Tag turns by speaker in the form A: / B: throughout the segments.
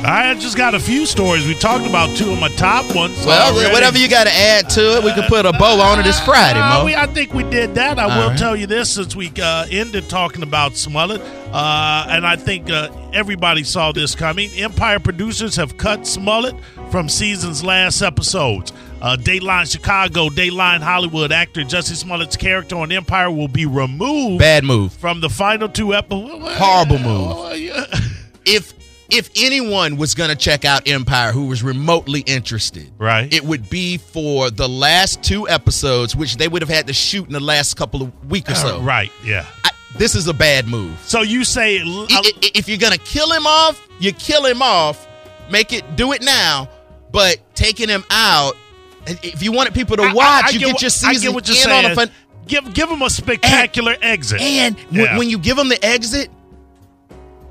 A: I just got a few stories. We talked about two of my top ones.
B: Well,
A: already.
B: whatever you got to add to it, we can put a bow on it. It's Friday,
A: Uh,
B: Mo.
A: we- I think we did that. I will
B: right.
A: tell you this since we uh, ended talking about Smollett, uh, and I think uh, everybody saw this coming. Empire producers have cut Smollett from season's last episodes. Uh, Dateline Chicago, Dateline Hollywood actor Jesse Smollett's character on Empire will be removed
B: Bad move.
A: from the final two episodes.
B: Horrible move. If if anyone was going to check out Empire who was remotely interested,
A: Right.
B: it would be for the last two episodes, which they would have had to shoot in the last couple of week or so.
A: Uh, Right, yeah.
B: I, this is a bad move.
A: So you say. l-
B: I- I- if you're gonna kill him off, you kill him off. Make it do it now. But taking him out, i- if you wanted people to
A: I- I-
B: watch,
A: I
B: you
A: get
B: get,
A: what-
B: your
A: I
B: season
A: get what you're
B: in
A: saying.
B: on a fun.
A: Give give him a spectacular exit.
B: And when-
A: Yeah.
B: when you give him the exit,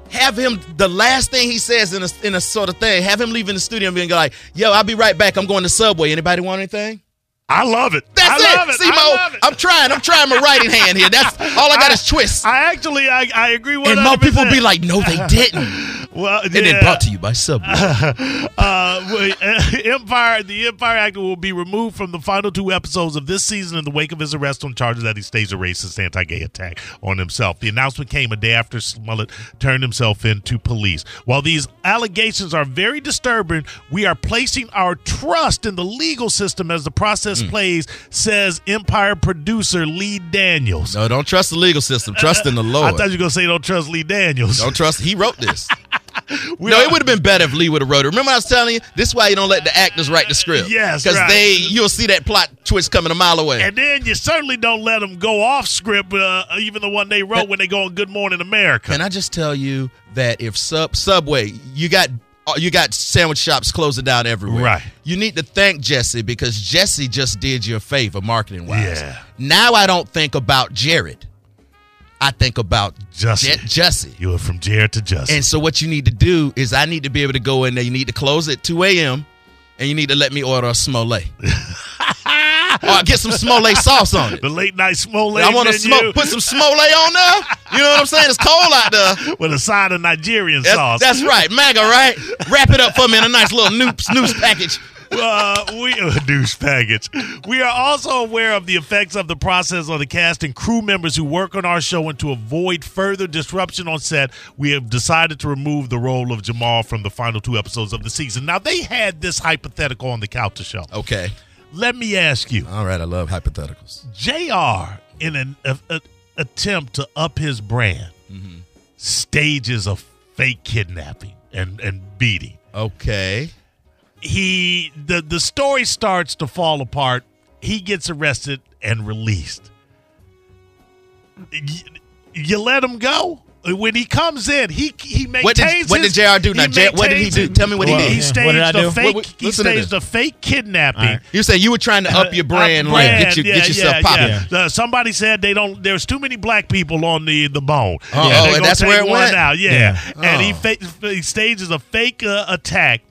B: have him the last thing he says in a in a sort of thing. Have him leave in the studio and be like, "Yo, I'll be right back. I'm going to Subway. Anybody want anything?"
A: I love it.
B: That's
A: I love
B: it.
A: it.
B: See,
A: I
B: Mo,
A: love it.
B: I'm trying. I'm trying my writing hand here. That's all I got is twist.
A: I actually I, I agree with
B: and Mo, people be like, "No, they didn't."
A: well,
B: And
A: yeah.
B: then brought to you by Subway.
A: uh, wait, Empire, the Empire actor will be removed from the final two episodes of this season in the wake of his arrest on charges that he staged a racist anti-gay attack on himself. The announcement came a day after Smollett turned himself in to police. While these allegations are very disturbing, we are placing our trust in the legal system as the process plays, says Empire producer Lee Daniels.
B: No, don't trust the legal system. Trust in the Lord.
A: I thought you were gonna say don't trust Lee Daniels.
B: don't trust. He wrote this.
A: We
B: no,
A: are-
B: it would have been better if Lee would have wrote it. Remember, I was telling you this is why you don't let the actors write the script.
A: Yes,
B: because
A: right.
B: they you'll see that plot twist coming a mile away.
A: And then you certainly don't let them go off script, uh, even the one they wrote when they go on Good Morning America.
B: Can I just tell you that if Sub Subway, you got uh, you got sandwich shops closing down everywhere.
A: Right.
B: You need to thank Jesse because Jesse just did you a favor marketing wise.
A: Yeah.
B: Now I don't think about Jared. I think about
A: Jesse.
B: Je- Jesse.
A: you were from Jared to Justin.
B: And so what you need to do is I need to be able to go in there. You need to close at 2 a.m. and you need to let me order a smollett. or get some smollett sauce on it.
A: the late night smoke.
B: I want to
A: menu
B: smoke. Put some smollett on there. You know what I'm saying? It's cold out there.
A: with a side of Nigerian sauce.
B: That's, that's right, MAGA, right? Wrap it up for me in a nice little noops, noops package.
A: uh, we uh, douche package. We are also aware of the effects of the process on the cast and crew members who work on our show, and to avoid further disruption on set, we have decided to remove the role of Jamal from the final two episodes of the season. Now they had this hypothetical on the Couch Show.
B: Okay.
A: Let me ask you.
B: All right, I love hypotheticals.
A: JR, in an a, a- attempt to up his brand,
B: Mm-hmm.
A: stages a fake kidnapping and, and beating.
B: Okay.
A: He the the story starts to fall apart. He gets arrested and released. You, you let him go when he comes in. He he maintains.
B: What did, what did
A: his-
B: JR do
A: he
B: now? J- what did he
A: maintains
B: do?
A: his-
B: Tell me what
C: Well,
B: he
A: He
C: yeah.
B: did.
A: staged
C: What did I
A: a
C: do?
A: fake.
B: What- what-
A: he
B: listen to
A: staged
B: this.
A: a fake kidnapping.
C: All right.
B: You say you were trying to up your brand,
A: Uh,
B: like
A: brand,
B: get, you,
A: yeah,
B: get yourself
A: yeah,
B: popping.
A: yeah. Uh, somebody said they don't. There's too many black people on the the bone.
B: Oh,
A: And
B: oh,
A: they
B: and
A: gonna
B: that's
A: take
B: where it
A: one
B: went?
A: Out. Yeah,
B: Yeah.
A: and he,
B: Oh.
A: fa- he stages a fake uh, attack.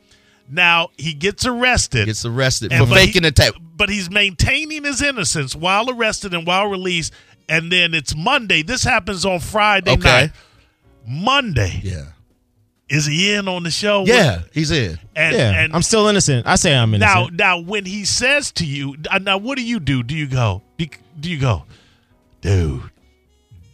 A: Now he gets arrested.
B: gets arrested
A: and-
B: for
A: but he-
B: faking attack.
A: but he's maintaining his innocence while arrested and while released. And then it's Monday. This happens on Friday
B: Okay.
A: night. Monday
B: Yeah.
A: is he in on the show?
B: Yeah, he's in.
A: and,
C: yeah,
A: and
C: I'm still innocent. I say I'm
A: now,
C: innocent.
A: now, when he says to you, uh, now what do you do? Do you go? Do do you go, dude?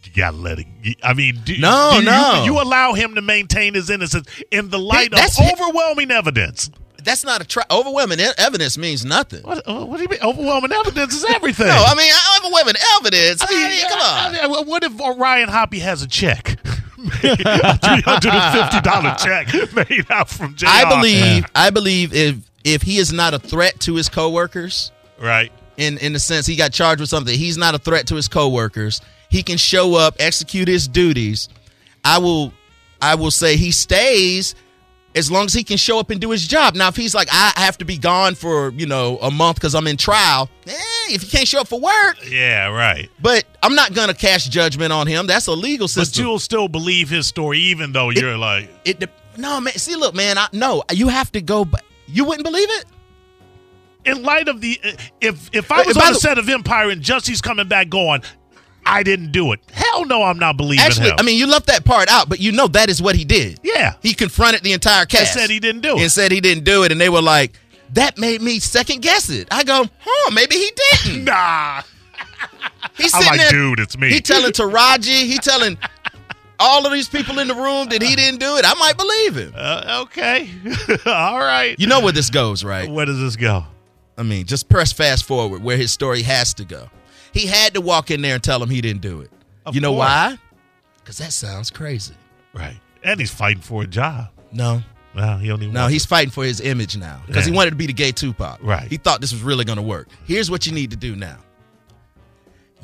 A: You gotta let it. you- I mean, do,
B: No,
A: do you-
B: no.
A: You, allow him to maintain his innocence in the light
B: that's
A: of
B: hi-
A: overwhelming evidence.
B: That's not a tri- overwhelming e- evidence means nothing.
A: What, uh, what do you mean? Overwhelming evidence is everything.
B: No, I mean I- overwhelming evidence. I mean, come
A: I
B: on.
A: mean, uh, what if Ryan Hoppy has a check? a three hundred and fifty dollar check made out from JR.
B: I believe I believe if if he is not a threat to his coworkers
A: right.
B: in in the sense he got charged with something, he's not a threat to his coworkers. He can show up, execute his duties. I will I will say he stays as long as he can show up and do his job. Now if he's like I have to be gone for, you know, a month cuz I'm in trial, eh, if he can't show up for work,
A: Yeah, right.
B: But I'm not gonna cast judgment on him. That's a legal
A: But
B: system.
A: you'll still believe his story, even though you're like,
B: it de- no man. See, look, man. I, no, you have to go. b- You wouldn't believe it.
A: in light of the uh, if if I was
B: By
A: on the
B: the-
A: set of Empire and Jesse's coming back going, I didn't do it. Hell no, I'm not believing
B: Actually,
A: him.
B: I mean, you left that part out, but you know that is what he did.
A: yeah.
B: He confronted the entire
A: He
B: cast
A: said he didn't do it.
B: and said he didn't do it, and they were like, "That made me second guess it." I go, "Huh? Maybe he didn't."
A: nah.
B: He's
A: I'm
B: sitting
A: like,
B: there.
A: dude, it's me.
B: He telling Taraji. He telling all of these people in the room that he didn't do it. I might believe him.
A: uh, okay. All right.
B: You know where this goes, right?
A: Where does this go?
B: I mean, just press fast forward where his story has to go. He had to walk in there and tell him he didn't do it.
A: Of
B: you know
A: course.
B: why? Because that sounds crazy.
A: Right. And he's fighting for a job.
B: No,
A: No, he only
B: no, he's fighting for his image now because he
A: Yeah.
B: wanted to be the gay Tupac.
A: Right.
B: He thought this was really going to work. Here's what you need to do now.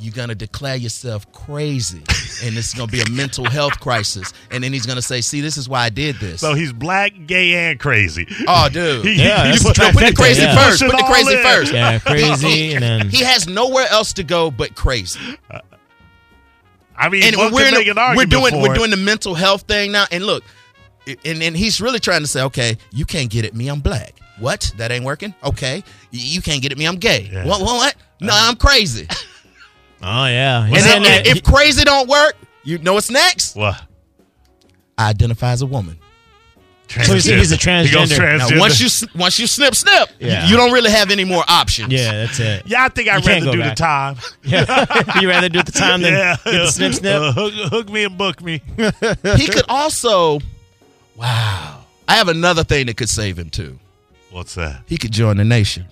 B: You're going to declare yourself crazy, and it's going to be a mental health crisis. And then he's going to say, "See, this is why I did this."
A: so he's black, gay, and crazy.
B: oh, dude.
A: He-
C: Yeah,
A: he
C: that's
A: put-
C: a
B: No, put the
C: trifecta,
B: crazy
C: yeah.
B: first.
A: Push it
B: Put the
A: all
B: crazy
A: in.
B: first.
C: Yeah, crazy and then
B: He has nowhere else to go but crazy.
A: I mean,
B: and
A: one
B: we're
A: could
B: in a-
A: make an argument
B: we're doing
A: for
B: we're
A: it.
B: doing the mental health thing now. And look, i- and and he's really trying to say, okay, you can't get at me. I'm black. What? That ain't working. Okay, Y- you can't get at me. I'm gay.
A: Yeah.
B: What? What? what?
C: Uh,
B: No, I'm crazy.
C: oh yeah,
B: and
C: He's
B: then,
C: in that-
B: if crazy don't work, you know what's next?
A: What?
B: I identify as a woman.
C: So he's- he's a
A: He goes
C: transgender.
B: Now,
A: transgender.
B: once you s- once you snip snip, y-
C: Yeah.
B: you don't really have any more options.
C: yeah, that's it.
A: yeah, I think I'd
C: You can't
A: rather
C: go
A: do
C: back.
A: the time.
C: Yeah, you rather do it the time than
A: yeah.
C: get the snip snip.
A: Uh, hook, hook me and book me.
B: he could also. Wow. I have another thing that could save him too.
A: What's that?
B: He could join the nation.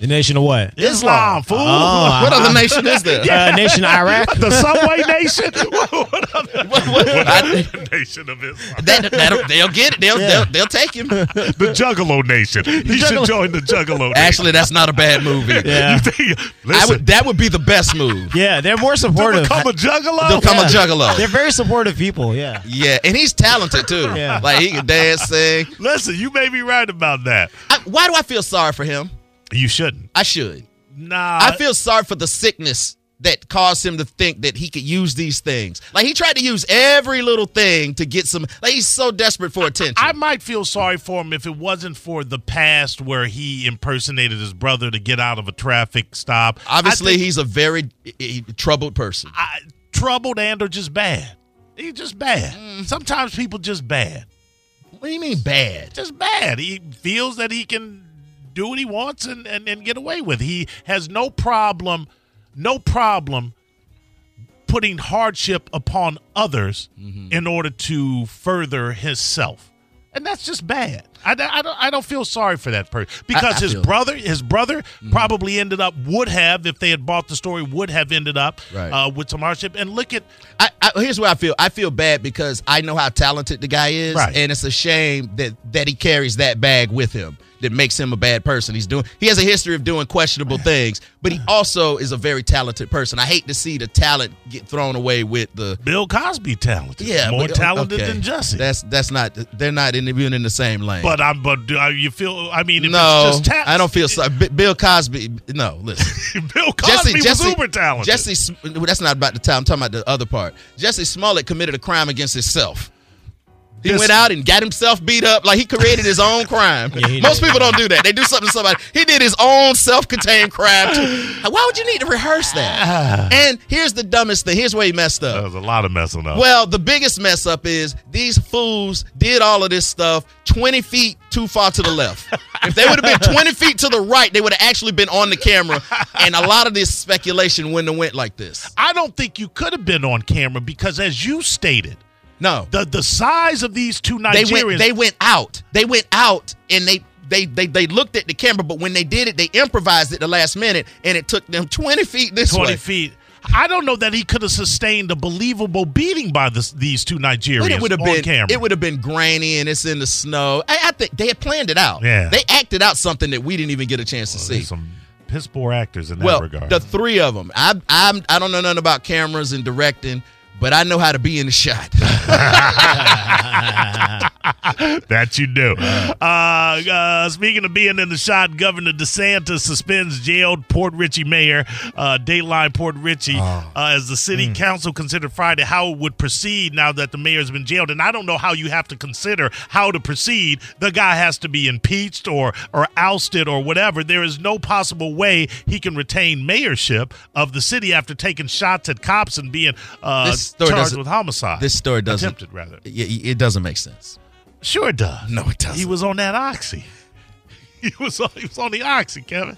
C: The nation of what?
A: Islam, fool.
C: Oh,
B: What other nation is there?
C: uh, nation of Iraq.
A: the Subway Nation. what other
B: What- what- I-
A: nation of Islam?
B: that, that'll- they'll get it. They'll, they'll, they'll take him.
A: The Juggalo Nation. He should
B: Juggalo-
A: join the Juggalo. Nation.
B: Actually, that's not a bad move either.
C: Yeah,
B: I
A: Listen,
B: would, that would be the best move.
C: yeah, they're more
A: to
C: supportive.
A: become a Juggalo.
B: To become a
C: Yeah.
B: juggalo.
C: They're very supportive people. Yeah,
B: Yeah, and he's talented too.
C: Yeah.
B: Like he can dance, sing.
A: Listen, you may be right about that.
B: I, why do I feel sorry for him?
A: You shouldn't.
B: I should.
A: Nah.
B: I feel sorry for the sickness that caused him to think that he could use these things. Like he tried to use every little thing to get some. Like he's so desperate for attention.
A: I might feel sorry for him if it wasn't for the past where he impersonated his brother to get out of a traffic stop.
B: Obviously,
A: I think-
B: he's a very eh, eh, troubled person.
A: I, troubled and or just bad. He's just bad. Sometimes people just bad.
B: Mm. What do you mean bad?
A: Just bad. He feels that he can do what he wants and, and, and get away with. He has no problem, no problem putting hardship upon others
B: Mm-hmm.
A: in order to further himself. And that's just bad. I, don't- I don't I don't feel sorry for that person because
B: I
A: his
B: feel-
A: brother his brother probably ended up would have if they had bought the story would have ended up
B: Right.
A: uh, with some hardship and look at
B: I, I, here's where I feel. I feel bad because I know how talented the guy is,
A: Right.
B: and it's a shame that that he carries that bag with him that makes him a bad person. He's doing. He has a history of doing questionable things, but he also is a very talented person. I hate to see the talent get thrown away with the.
A: Bill Cosby talented
B: Yeah,
A: more
B: but- uh,
A: talented
B: okay.
A: than Jesse
B: That's that's not. They're not in, even in the same lane.
A: But I'm but do I- you feel I mean if
B: no,
A: it's just tax,
B: I don't feel sorry. B- Bill Cosby. No, listen.
A: Bill Cosby was uber talented.
B: Jesse, Sm- well, that's not about the time. I'm talking about the other part. Jesse Smollett committed a crime against himself. He
A: This-
B: went out and got himself beat up like he created his own crime.
C: Yeah, he
B: Most
C: did.
B: people don't do that. They do something to somebody. He did his own self-contained crime. too. Why would you need to rehearse
C: Ah.
B: that? And here's the dumbest thing. Here's where he messed
A: There
B: up.
A: was a lot of messing up.
B: Well, the biggest mess up is these fools did all of this stuff 20 feet too far to the left. If they would have been 20 feet to the right, they would have actually been on the camera. And a lot of this speculation wouldn't have went like this.
A: I don't think you could have been on camera because, as you stated,
B: No.
A: the the size of these two
B: They
A: Nigerians.
B: went they went out. They went out and they they, they they looked at the camera, but when they did it, they improvised at the last minute and it took them 20 feet this
A: 20
B: way.
A: feet. I don't know that he could have sustained a believable beating by this, these two Nigerians
B: But it would have
A: on
B: been
A: camera.
B: it would have been grainy and it's in the snow. I, I think they had planned it out.
A: Yeah.
B: They acted out something that we didn't even get a chance to see.
A: There's some piss poor actors in that
B: well,
A: regard.
B: the three of them. I I'm I don't know nothing about cameras and directing, but I know how to be in the shot.
A: That you do. Uh, uh, speaking of being in the shot, Governor DeSantis suspends jailed Port Richey mayor, uh, Dateline Port Richey,
B: Oh.
A: uh, as the city
B: Mm.
A: council considered Friday how it would proceed now that the mayor's been jailed. And I don't know how you have to consider how to proceed. The guy has to be impeached or or ousted or whatever. There is no possible way he can retain mayorship of the city after taking shots at cops and being uh,
B: This story
A: charged
B: doesn't-
A: with homicide.
B: this story doesn't.
A: attempted rather.
B: Y- y- It doesn't make sense.
A: Sure it does.
B: No, it doesn't.
A: He was on that oxy. He was on, he was on the oxy, Kevin.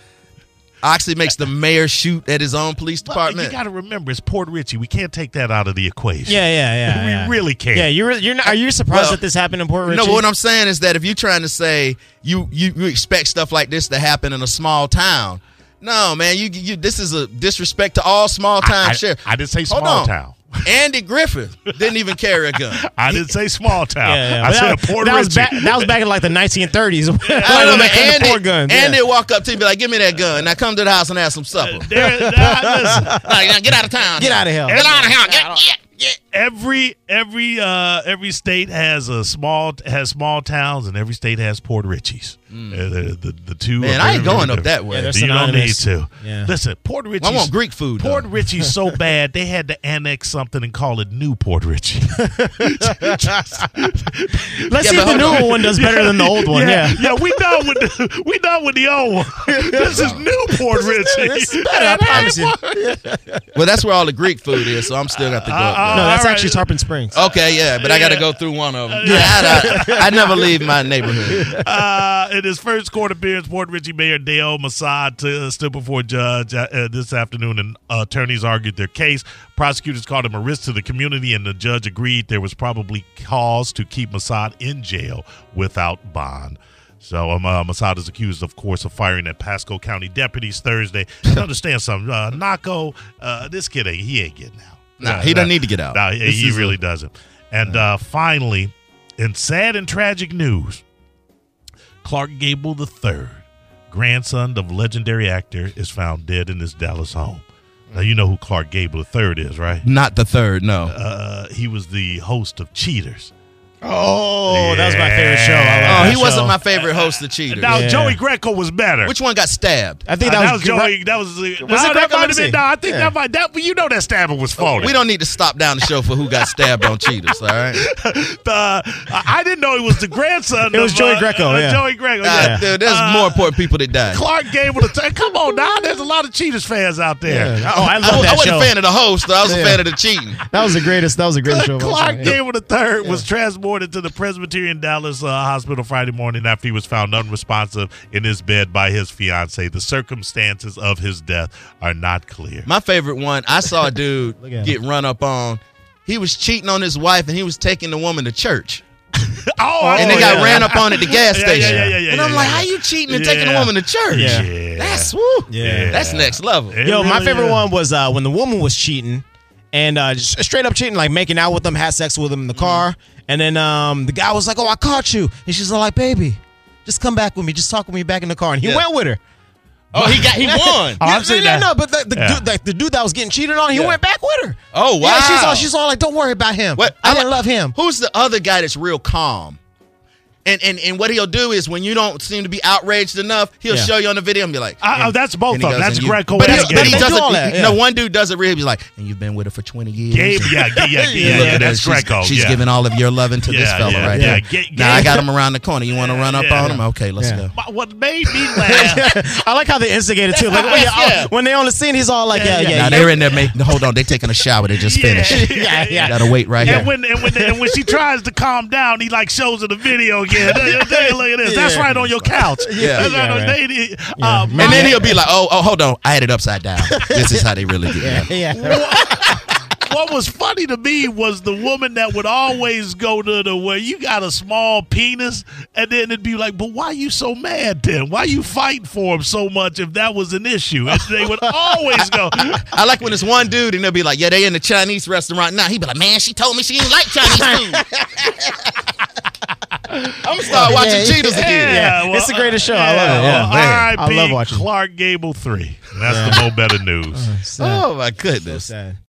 B: Oxley makes the mayor shoot at his own police
A: But
B: department.
A: you got to remember, it's Port Richey. We can't take that out of the equation.
C: Yeah, yeah, yeah.
A: We
C: yeah.
A: really can't.
C: Yeah, you're. You're not, are you surprised
B: Well,
C: that this happened in Port Richey?
B: no, but what I'm saying is that if you're trying to say you, you you expect stuff like this to happen in a small town, no, man, you you this is a disrespect to all small
A: I,
B: town
A: I-
B: sheriff.
A: I didn't say
B: Hold
A: small
B: on.
A: town.
B: Andy Griffith didn't even carry a gun.
A: I didn't say small town.
C: yeah, yeah.
A: I
C: But
A: said
C: that, was-
A: Port
C: that
A: Richey.
C: was back. That was back in like the 1930s. like,
B: I
C: when
B: know,
C: they
B: man.
C: couldn't
B: Andy,
C: afford guns. yeah.
B: Andy walk up to me like, "Give me that gun," and I come to the house and have some supper.
A: There- nah, listen.
B: Like, now get out of town.
C: Get outta hell.
B: Get out of hell. Get, get, get.
A: every every uh every state has a small has small towns and every state has Port Richies. Uh, the, the, the two
B: Man,
A: are
B: I ain't
A: very, very
B: going up
A: different.
B: that way.
C: Yeah, there's-
A: you don't need
C: synonymous.
A: to.
C: Yeah.
A: Listen, Port Richie.
B: I want Greek food. though.
A: Port Richie's so bad they had to annex something and call it New Port Richie.
C: Let's
B: Yeah,
C: see
B: but
C: if the
B: hold
C: new one does better than the old one. Yeah.
A: yeah, we done with the, we done with the old one. This is New Port Richie.
C: This is better, I promise you.
B: Well, that's where all the Greek food is, so I'm still got to go.
A: Uh,
B: Up
C: No, that's
A: All right.
C: actually Tarpon Springs.
B: there. Okay, yeah, but I got to go through one of them. Yeah, I, I- I never leave my neighborhood.
A: uh, in his first court appearance, Port Richey Mayor Dale Massad uh, stood before a judge uh, uh, this afternoon, and uh, attorneys argued their case. Prosecutors called him a risk to the community, and the judge agreed there was probably cause to keep Massad in jail without bond. So um, uh, Massad is accused, of course, of firing at Pasco County deputies Thursday. And understand something, uh, Naco, uh, this kid ain't he ain't getting out.
B: Nah, he doesn't need to get
C: Oh,
B: out.
A: No, he,
B: This
A: he
B: is a-
A: really doesn't. And uh, finally, in sad and tragic news, Clark Gable III, grandson of legendary actor, is found dead in his Dallas home. Now you know who Clark Gable III is, right?
B: Not the third, no.
A: Uh, he was the host of Cheaters.
C: Oh, that was my favorite show. I
A: Yeah.
B: Oh,
C: love
B: he
C: that
B: wasn't
C: show.
B: my favorite host of Cheaters.
A: Now
C: Yeah.
A: Joey Greco was better.
B: Which one got stabbed?
C: I think
A: Uh,
C: that,
A: that was
C: was,
A: Joey. That was, uh, no,
C: Greco?
A: that might have
C: Let me
A: been.
C: see.
A: No, I think
C: Yeah.
A: that might. That you know that stabber was phony.
B: We don't need to stop down the show for who got stabbed on Cheaters, all right?
A: Uh, I I didn't know he was the grandson.
C: It was
A: of,
C: Joey
A: uh,
C: Greco,
A: uh,
C: yeah.
A: Joey Greco. yeah.
B: Uh, dude, there's more important people that died.
A: Clark Gable to take. Come on now, there's a lot of Cheetahs fans out there.
C: Yeah. Oh, I
B: I,
C: love that
B: wasn't
C: show.
B: a fan of the host, though. I was a
C: Yeah.
B: fan of the cheating.
C: That was the greatest. That was the greatest show. of all
A: Clark
C: time.
A: Gable III was transported to the Presbyterian Dallas uh, Hospital Friday morning after he was found unresponsive in his bed by his fiancee. The circumstances of his death are not clear.
B: My favorite one, I saw a dude
C: Look at him.
B: get run up on. He was cheating on his wife and he was taking the woman to church.
A: oh, I
B: and
A: know
B: they got
A: that.
B: ran up on at the gas
A: Yeah, yeah,
B: station.
A: yeah, yeah, yeah,
B: and I'm
A: yeah,
B: like,
A: yeah.
B: how you cheating and taking
A: Yeah.
B: a woman to church?
A: Yeah.
B: That's woo.
C: Yeah.
B: That's next level.
A: It
C: Yo, my
A: really
C: favorite
A: is.
C: one was uh, when the woman was cheating and uh, just straight up cheating, like making out with them, had sex with them in the car. And then um, the guy was like, Oh, I caught you. And she's like, Baby, just come back with me. Just talk with me back in the car. And he
B: Yeah.
C: went with her.
B: Oh, he got he won.
A: Oh,
C: No,
A: I've seen
C: no,
A: that.
C: no, no, but the, the,
A: Yeah.
C: dude, like, the dude that was getting cheated on, he
B: Yeah.
C: went back with her.
B: Oh, wow.
C: Yeah, she's all, she's all like, Don't worry about him.
B: What-
C: I,
B: I
C: didn't
B: like-
C: love him.
B: Who's the other guy that's real calm? And, and and what he'll do is when you don't seem to be outraged enough, he'll
C: Yeah.
B: show you on the video and be like,
A: I- I-
B: and-
A: that's both
B: and he
A: of them.
B: goes,
A: That's
B: and you-
A: Greco
B: But,
A: and
B: he,
A: Gable.
B: but he
A: They do
B: doesn't.
C: all that,
B: he-
C: yeah.
B: No one dude does it really. He's like, and you've been with her for twenty years.
A: Gabe, yeah, yeah, yeah, yeah,
B: Look
A: yeah,
B: at
A: that's
B: her. She's-
A: Greco.
B: She's
A: yeah.
B: giving all of your loving to this
A: Yeah,
B: fella
A: yeah,
B: right
A: yeah.
B: here.
A: Ga-
B: now I
A: Gabe-
B: got him around the corner. You want to run up
A: yeah.
B: on him? Okay, let's
C: Yeah.
B: go.
A: My- What made me laugh
C: I like how they instigated too. Like, when,
B: Yeah.
C: yeah. oh, when they're on the scene, he's all like,
A: Yeah,
C: Oh, Yeah, yeah,
A: yeah.
B: now
C: yeah.
B: they're in there. Making, hold on, they taking a shower. They just
A: Yeah.
B: finished.
C: Yeah, yeah.
B: You gotta wait right
A: And
B: here.
A: when and when and when she tries to calm down, he like shows her the video again. Look at this. That's
C: Yeah.
A: right on your couch.
B: Yeah.
A: That's right
C: Yeah,
A: on-
C: right.
A: they- uh,
C: And
A: my-
B: and then he'll be like, "Oh, oh, hold on, I had it upside down. this is how they really get." down.
C: yeah.
A: what was funny to me was the woman that would always go to the where you got a small penis, and then it'd be like, but why you so mad then? Why you fighting for him so much if that was an issue? And they would always go.
B: I like when it's one dude and they'll be like, "Yeah, they in the Chinese restaurant now." He be like, "Man, she told me she didn't like Chinese food." I'm gonna start watching
C: Yeah,
B: Cheetahs again.
A: Yeah, well,
C: it's the greatest show. I
A: yeah,
C: love it. Yeah.
A: well, R.I.P.
C: I love watching.
A: Clark Gable three. That's the mo better news.
C: Sad.
B: Oh my goodness.
C: Sad.